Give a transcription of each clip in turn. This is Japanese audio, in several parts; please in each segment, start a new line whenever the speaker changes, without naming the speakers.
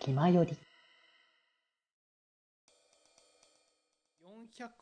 気まより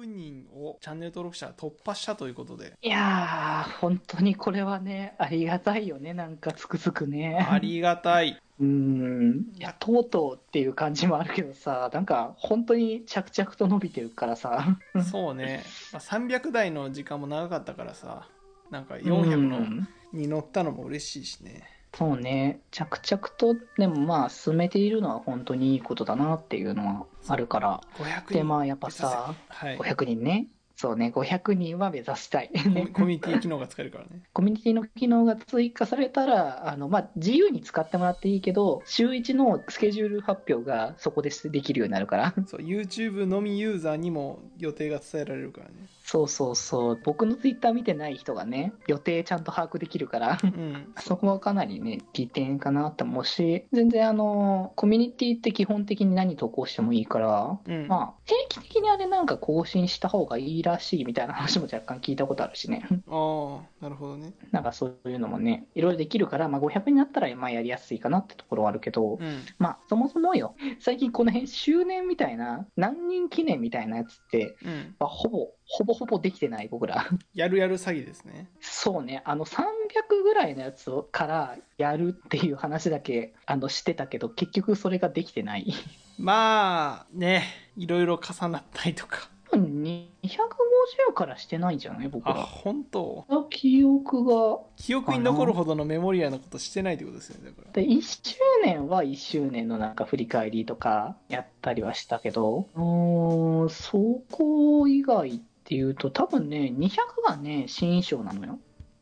400人をチャンネル登録者突破したというこ とで、
いやー本当にこれはねありがたいよねなんかつくづくね
ありがたい。
うんいやとうとうっていう感じもあるけどさなんか本当に着々と伸びてるからさ
そうね、まあ、300台の時間も長かったからさ、なんか400
う
の
ん
に乗ったのも嬉しいしね。
そうね着々とでもまあ進めているのは本当にいいことだなっていうのはあるから
500人
でまあやっぱさ
はい、
500人ねそうね500人は目指した い
コミコミュニティ機能が使えるから ね。
コミュニティの機能が追加されたらあの、まあ、自由に使ってもらっていいけど週1のスケジュール発表がそこでできるようになるから
そう YouTube のみユーザーにも予定が伝えられるからね。
そうそうそう僕のツイッター見てない人がね予定ちゃんと把握できるから
うん。
そこはかなりね、利点かなと思うし、全然あの、コミュニティって基本的に何投稿してもいいから、
うん、
まあ、定期的にあれなんか更新した方がいいらしいみたいな話も若干聞いたことあるしね。
ああ、なるほどね。
なんかそういうのもね、いろいろできるから、まあ500になったらまあやりやすいかなってところはあるけど、
うん。
まあそもそもよ、最近この辺周年みたいな、何人記念みたいなやつって、
うん。
まあ、ほぼ、ほぼほぼできてない僕ら。
やるやる詐欺ですね。
そうね、あの300ぐらいのやつをからやるっていう話だけあのしてたけど、結局それができてない。
まあ、ね、いろいろ重なったりとか。
250からしてないんじゃない僕
あ、
ら。
本当
記憶が。
記憶に残るほどのメモリアのことしてないってことですよね、だから。
で、1周年は1周年のなんか振り返りとかやったりはしたけど、うーん、そこ以外っていうと、多分ね、200がね、新衣装なのよ。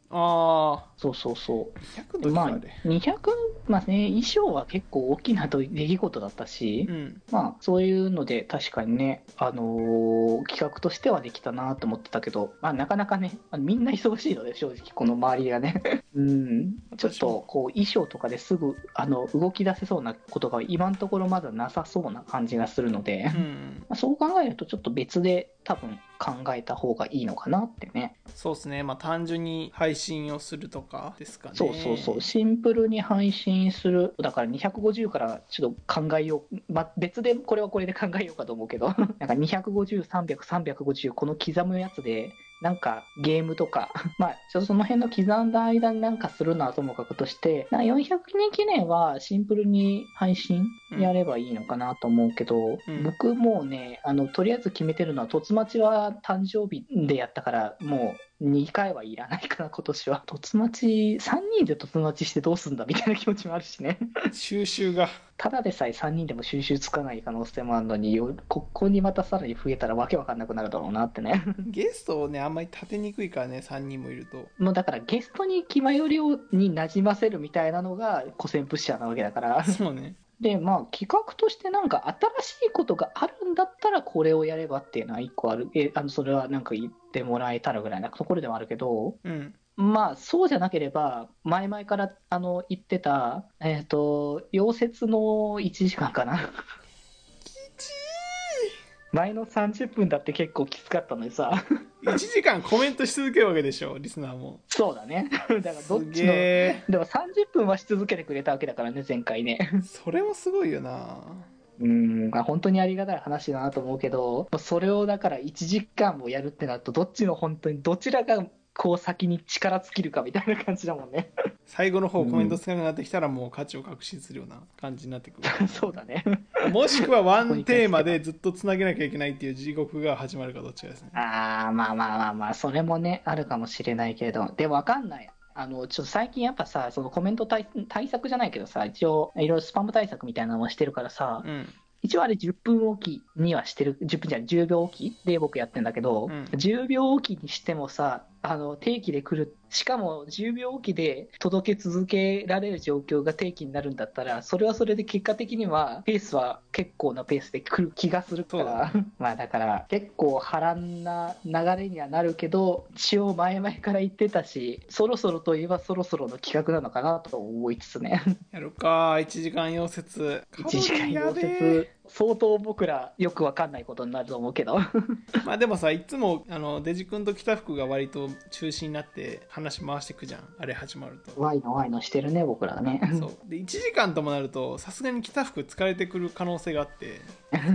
あ
そうそうそう。
あ、200
で
の時
ま
は
あ
あれ。、
200、まあね、衣装は結構大きな出来事だったし
う、ん。
まあそういうので確かにね、あのー企画としてはできたなと思ってたけど、まあ、なかなかねあのみんな忙しいので正直この周りがねうんちょっとこう衣装とかですぐあの動き出せそうなことが今のところまだなさそうな感じがするので、
う
ま
ん。
あそう考えるとちょっと別で多分考えた方がいいのかなってね
そうですね。まあ、単純に配信をするとかですかね。
そうそうそうシンプルに配信するだから250からちょっと考えよう、まあ、別でこれはこれで考えようかと思うけど なんか250300350この刻むやつでなんかゲームとか まあちょっとその辺の刻んだ間になんかするのはともかくとしてなんか400人記念はシンプルに配信やればいいのかなと思うけど、
うん
僕もうねあのとりあえず決めてるのは凸待ちは誕生日でやったからもう2回はいらないかな今年は凸待ち3人で凸待ちしてどうすんだみたいな気持ちもあるしね
収集が。
ただでさえ3人でも収集つかない可能性もあるのによここにまたさらに増えたらわけわかんなくなるだろうなってね
ゲストをね、あんまり立てにくいからね、3人もいると。
もうだからゲストに気前よりをになじませるみたいなのが古戦プッシャーなわけだから
そうね。
でまあ企画としてなんか新しいことがあるんだったらこれをやればっていうのは一個あるえあのそれはなんか言ってもらえたらぐらいなところでもあるけど
うん。
まあそうじゃなければ前々からあの言ってたえっ、と溶接の1時間かな前の30分だって結構きつかったのにさ
1時間コメントし続けるわけでしょ、リスナーも。
そうだねだからどっ
す
ち
げ
の
え。
でも30分はし続けてくれたわけだからね前回ね
それもすごいよな。
うん、まあ本当にありがたい話だなと思うけど、まあそれをだから1時間もやるってなると、どっちの本当に、どちらがこう先に力尽きるかみたいな感じだもんね。
最後の方コメント少なくなってきたらもう価値を確信するような感じになって く る
そうだね。
もしくはワンテーマでずっとつなげなきゃいけないっていう地獄が始まるかどっちかですね
ああ、まあまあまあまあ、それもね、あるかもしれないけれど、で、わかんない。あの、ちょっと最近やっぱさ、そのコメント対対策じゃないけどさ、一応、いろいろスパム対策みたいなのもしてるからさ、
うん
一応あれ10分おきにはしてる、10分じゃない10秒おきで僕やってんだけど、
うん
10秒おきにしてもさ、あの、定期で来る、しかも10秒おきで届け続けられる状況が定期になるんだったら、それはそれで結果的には、ペースは結構なペースで来る気がするか
そう
ら、 まあだから、結構波乱な流れにはなるけど、一応前々から言ってたし、そろそろといえばそろそろの企画なのかなと思いつつね。
やるか1時間溶接
1時間
カロ
溶
リーや
接
で
相当僕らよくわかんないことになると思うけど
まあでもさいつもあのデジ君と着た服が割と中心になって話回してくじゃんあれ始まると
Y の Y のしてるね、僕らね。
そうで1時間ともなるとさすがに着た服疲れてくる可能性があって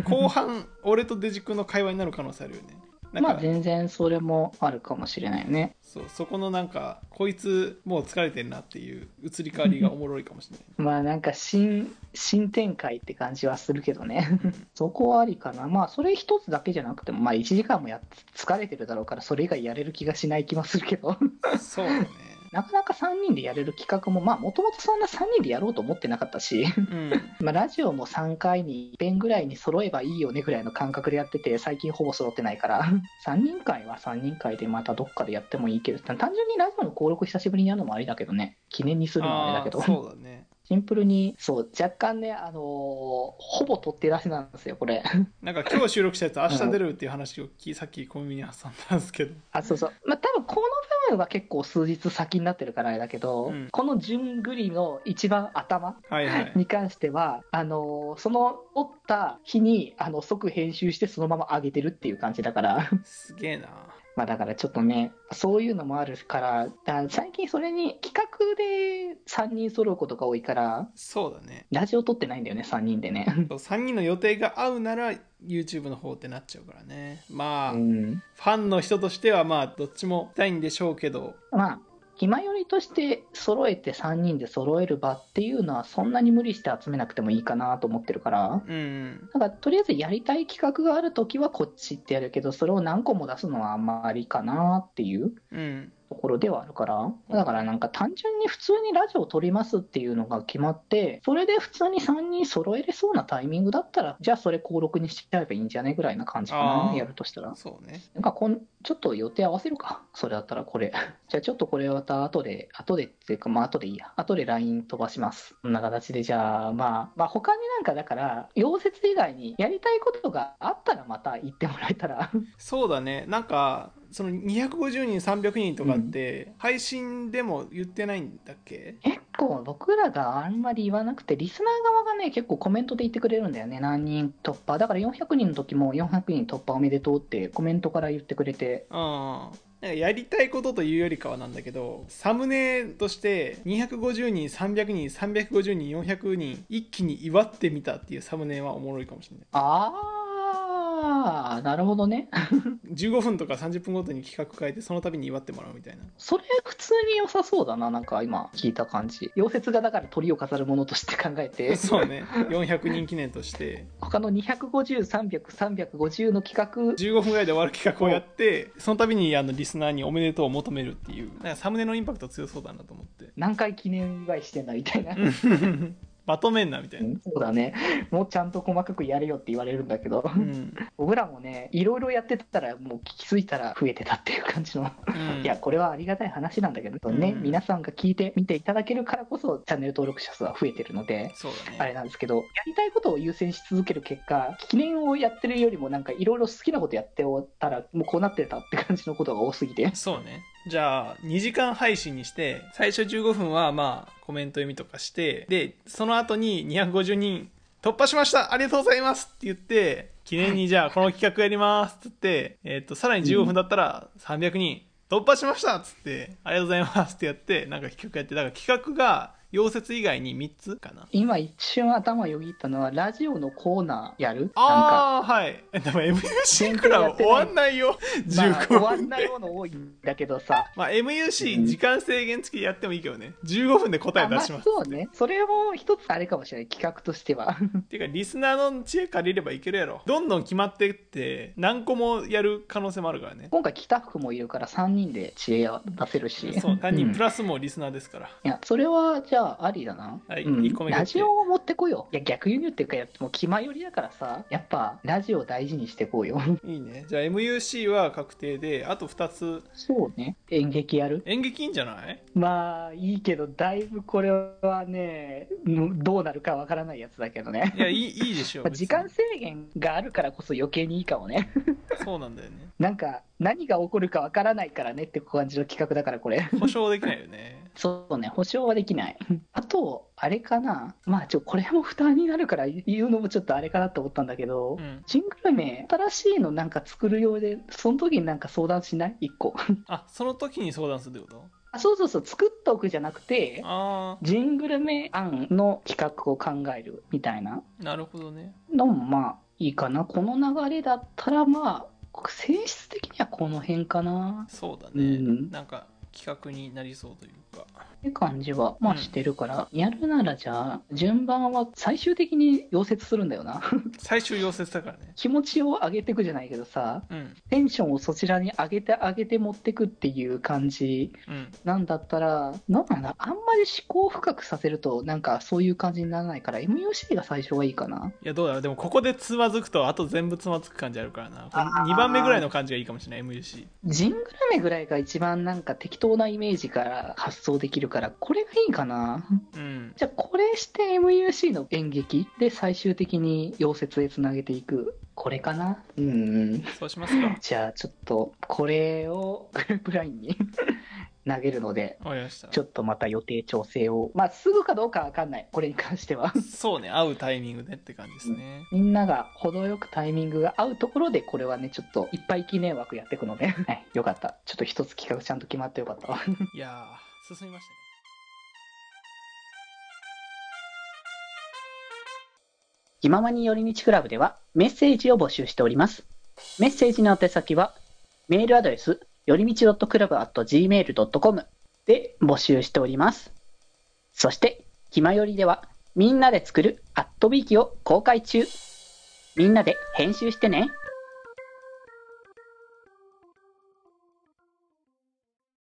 後半俺とデジ君の会話になる可能性あるよねなん
ま
か、
あ全然それもあるかもしれないよね。
そうそこのなんかこいつもう疲れてんなっていう移り変わりがおもろいかもしれない
まあなんか新、新展開って感じはするけどね。
うん
そこはありかな。まあそれ一つだけじゃなくても、まあ1時間もやっ疲れてるだろうから、それ以外やれる気がしない気もするけど。
そうだね
なかなか3人でやれる企画も、まあもともとそんな3人でやろうと思ってなかったし、
うん
まあラジオも3回に1遍ぐらいに揃えばいいよねぐらいの感覚でやってて、最近ほぼ揃ってないから、3人 会は3人会でまたどっかでやってもいいけど、単純にラジオの登録久しぶりにやるのもありだけどね、記念にするのもあれだけ
あ
ど
ー、そうだね
シンプルに、そう、若干ね、あのーほぼ取って出しなんですよ、こ れ。
なんか今日収録したやつ明日出るっていう話をきさっきコンビニに挟んだんですけど
あそうそう、まあ、多分この部分は結構数日先になってるからあれだけど、
うん
この順繰りの一番頭
はいはい
に関しては、あのーその折った日にあの即編集して、そのまま上げてるっていう感じだから、
すげえな
まあだからちょっとね、そういうのもあるから、だ最近それに企画で3人揃うことが多いから、
そうだね
ラジオ撮ってないんだよね、3人でね。
そう3人の予定が合うなら YouTube の方ってなっちゃうからねまあ、
う
フ
ん
ァンの人としてはまあどっちもしたいんでしょうけど
まあ、暇よりとして揃えて3人で揃える場っていうのはそんなに無理して集めなくてもいいかなと思ってるから、
うん
なんかとりあえずやりたい企画があるときはこっちってやるけど、それを何個も出すのはあんまりかなっていう
うん
ところではあるから、だからなんか単純に普通にラジオを撮りますっていうのが決まって、それで普通に3人揃えれそうなタイミングだったら、じゃあそれ登録にしちゃえばいいんじゃないぐらいな感じか
あ
な、
ー
やるとしたら。
そうね
なんかこん、ちょっと予定合わせるか。それだったらこれ。 じゃあちょっとこれまた後で、後でっていうか、まあ後でいいや。後で LINE 飛ばします。こんな形で、じゃあまあ、まあ他になんかだから、溶接以外にやりたいことがあったらまた言ってもらえたら。
そうだねなんかその250人300人とかって、配信でも言ってないんだっけ
結構僕らがあんまり言わなくて、リスナー側がね、結構コメントで言ってくれるんだよね。何人突破。だから400人の時も400人突破おめでとうってコメントから言ってくれて、
うんなんかやりたいことというよりかはなんだけどサムネとして250人300人350人400人一気に祝ってみたっていうサムネはおもろいかもしれない
あー、なるほどね。
15分とか30分ごとに企画変えてその度に祝ってもらうみたいな
それ普通に良さそうだな、なんか今聞いた感じ。溶接がだから鳥を飾るものとして考えて、
そうね400人記念として
他の250、300、350の企画、
15分ぐらいで終わる企画をやってその度にあのリスナーにおめでとうを求めるっていうなんかサムネのインパクト強そうだなと 思って
何回記念祝いしてんだみたいな。
まとめんなみたいな、
そうだね。もうちゃんと細かくやれよって言われるんだけど、
うん
僕らもね、いろいろやってたら、もう気づいたら増えてたっていう感じの。
うん
いや、これはありがたい話なんだけどね、
うん
皆さんが聞いて見ていただけるからこそ、チャンネル登録者数は増えてるので、
そうだね
あれなんですけど、やりたいことを優先し続ける結果、記念をやってるよりも、なんかいろいろ好きなことやっておったら、もうこうなってたって感じのことが多すぎて。
そうね。じゃあ、2時間配信にして、最初15分はまあ、コメント読みとかして、で、その後に250人突破しましたありがとうございますって言って、記念にじゃあ、この企画やりますってって、えっ、と、さらに15分だったら300人突破しましたっつって、ありがとうございますってやって、なんか企画やって、だから企画が、溶接以外に3つかな。
今一瞬頭よぎったのは、ラジオのコーナーやるなんか、
ああ、はい。えでも MUC クラブ終わんないよ。
まあ終
15分で。
わんないもの多いんだけどさ。
まあ、
う
MUC
ん
時間制限付きでやってもいいけどね15分で答え
あま
出
あ、
します
そうね。それも一つあれかもしれない、企画としては。
っていうかリスナーの知恵借りればいけるやろどんどん決まってって何個もやる可能性もあるからね
今回、北福もいるから3人で知恵を出せるし。
そう単
う
に
ん
プラスもリスナーですから、
いや、それはじゃあありだな。
はい
うん
一個目が
ラジオを持ってこいよ。いや、逆輸入っていうか、やっぱもう気前よりだからさ、やっぱラジオを大事にしてこうよ。
いいねじゃあ MUC は確定であと2つ
そうね。演劇やる
演劇いいんじゃない
まあ、いいけど、だいぶこれはね、うんどうなるかわからないやつだけどね。
いやいいいいでしょ
まあ
う
時間制限があるからこそ余計にいいかもね。
そうなんだよね
なんか、何が起こるかわからないからねって感じの企画だから、これ。
保証できないよね
そうね、保証はできない。 あと、あれかな。まあ、ちょ、これも負担になるから言うのもちょっとあれかなと思ったんだけど、
うん
ジングル名、新しいのなんか作るようで、その時になんか相談しない一個。
あその時に相談するってこと
あそうそうそう、作っとくじゃなくて、
あ
ジングル名案の企画を考えるみたいな
あなるほどね
のもまあいいかな。この流れだったらまあ、性質的にはこの辺かな
そうだね、
うん
なんか企画になりそうというか
って感じはま
う
あ
ん
してるから、やるならじゃあ、順番は最終的に溶接するんだよな。
最終溶接だからね
気持ちを上げていくじゃないけどさ、
うん
テンションをそちらに上げて上げて持ってくっていう感じ
うん
なんだったら、なんなんだ、あんまり思考深くさせると、なんかそういう感じにならないから、MUC が最初がいいかな。
いやどうだろうでもここでつまずくとあと全部つまずく感じあるからな
あー
2番目ぐらいの感じがいいかもしれない MUC
ジングルメぐらいが一番なんか適当なイメージから発想できるから、これがいいかな。
うん
じゃあ、これして MUC の演劇で最終的に溶接へつなげていく。これかなうん。
そうし ますか
じゃあ、ちょっと、これを グループラインに投げるので、
わかりました
ちょっとまた予定調整を。まあ、すぐかどうかわかんない。これに関して は。
そうね合うタイミングでって感じです ね、
みんなが程よくタイミングが合うところで、これはね、ちょっといっぱい記念枠やっていくので、はい、よかった。ちょっと一つ企画ちゃんと決まってよかったわ。
いやー進みましたね
気ままに寄り道クラブではメッセージを募集しております。メッセージの宛先は、メールアドレス、よりみち .club.gmail.com で募集しております。そして、気まよりでは、みんなで作るアットビーキを公開中。みんなで編集してね。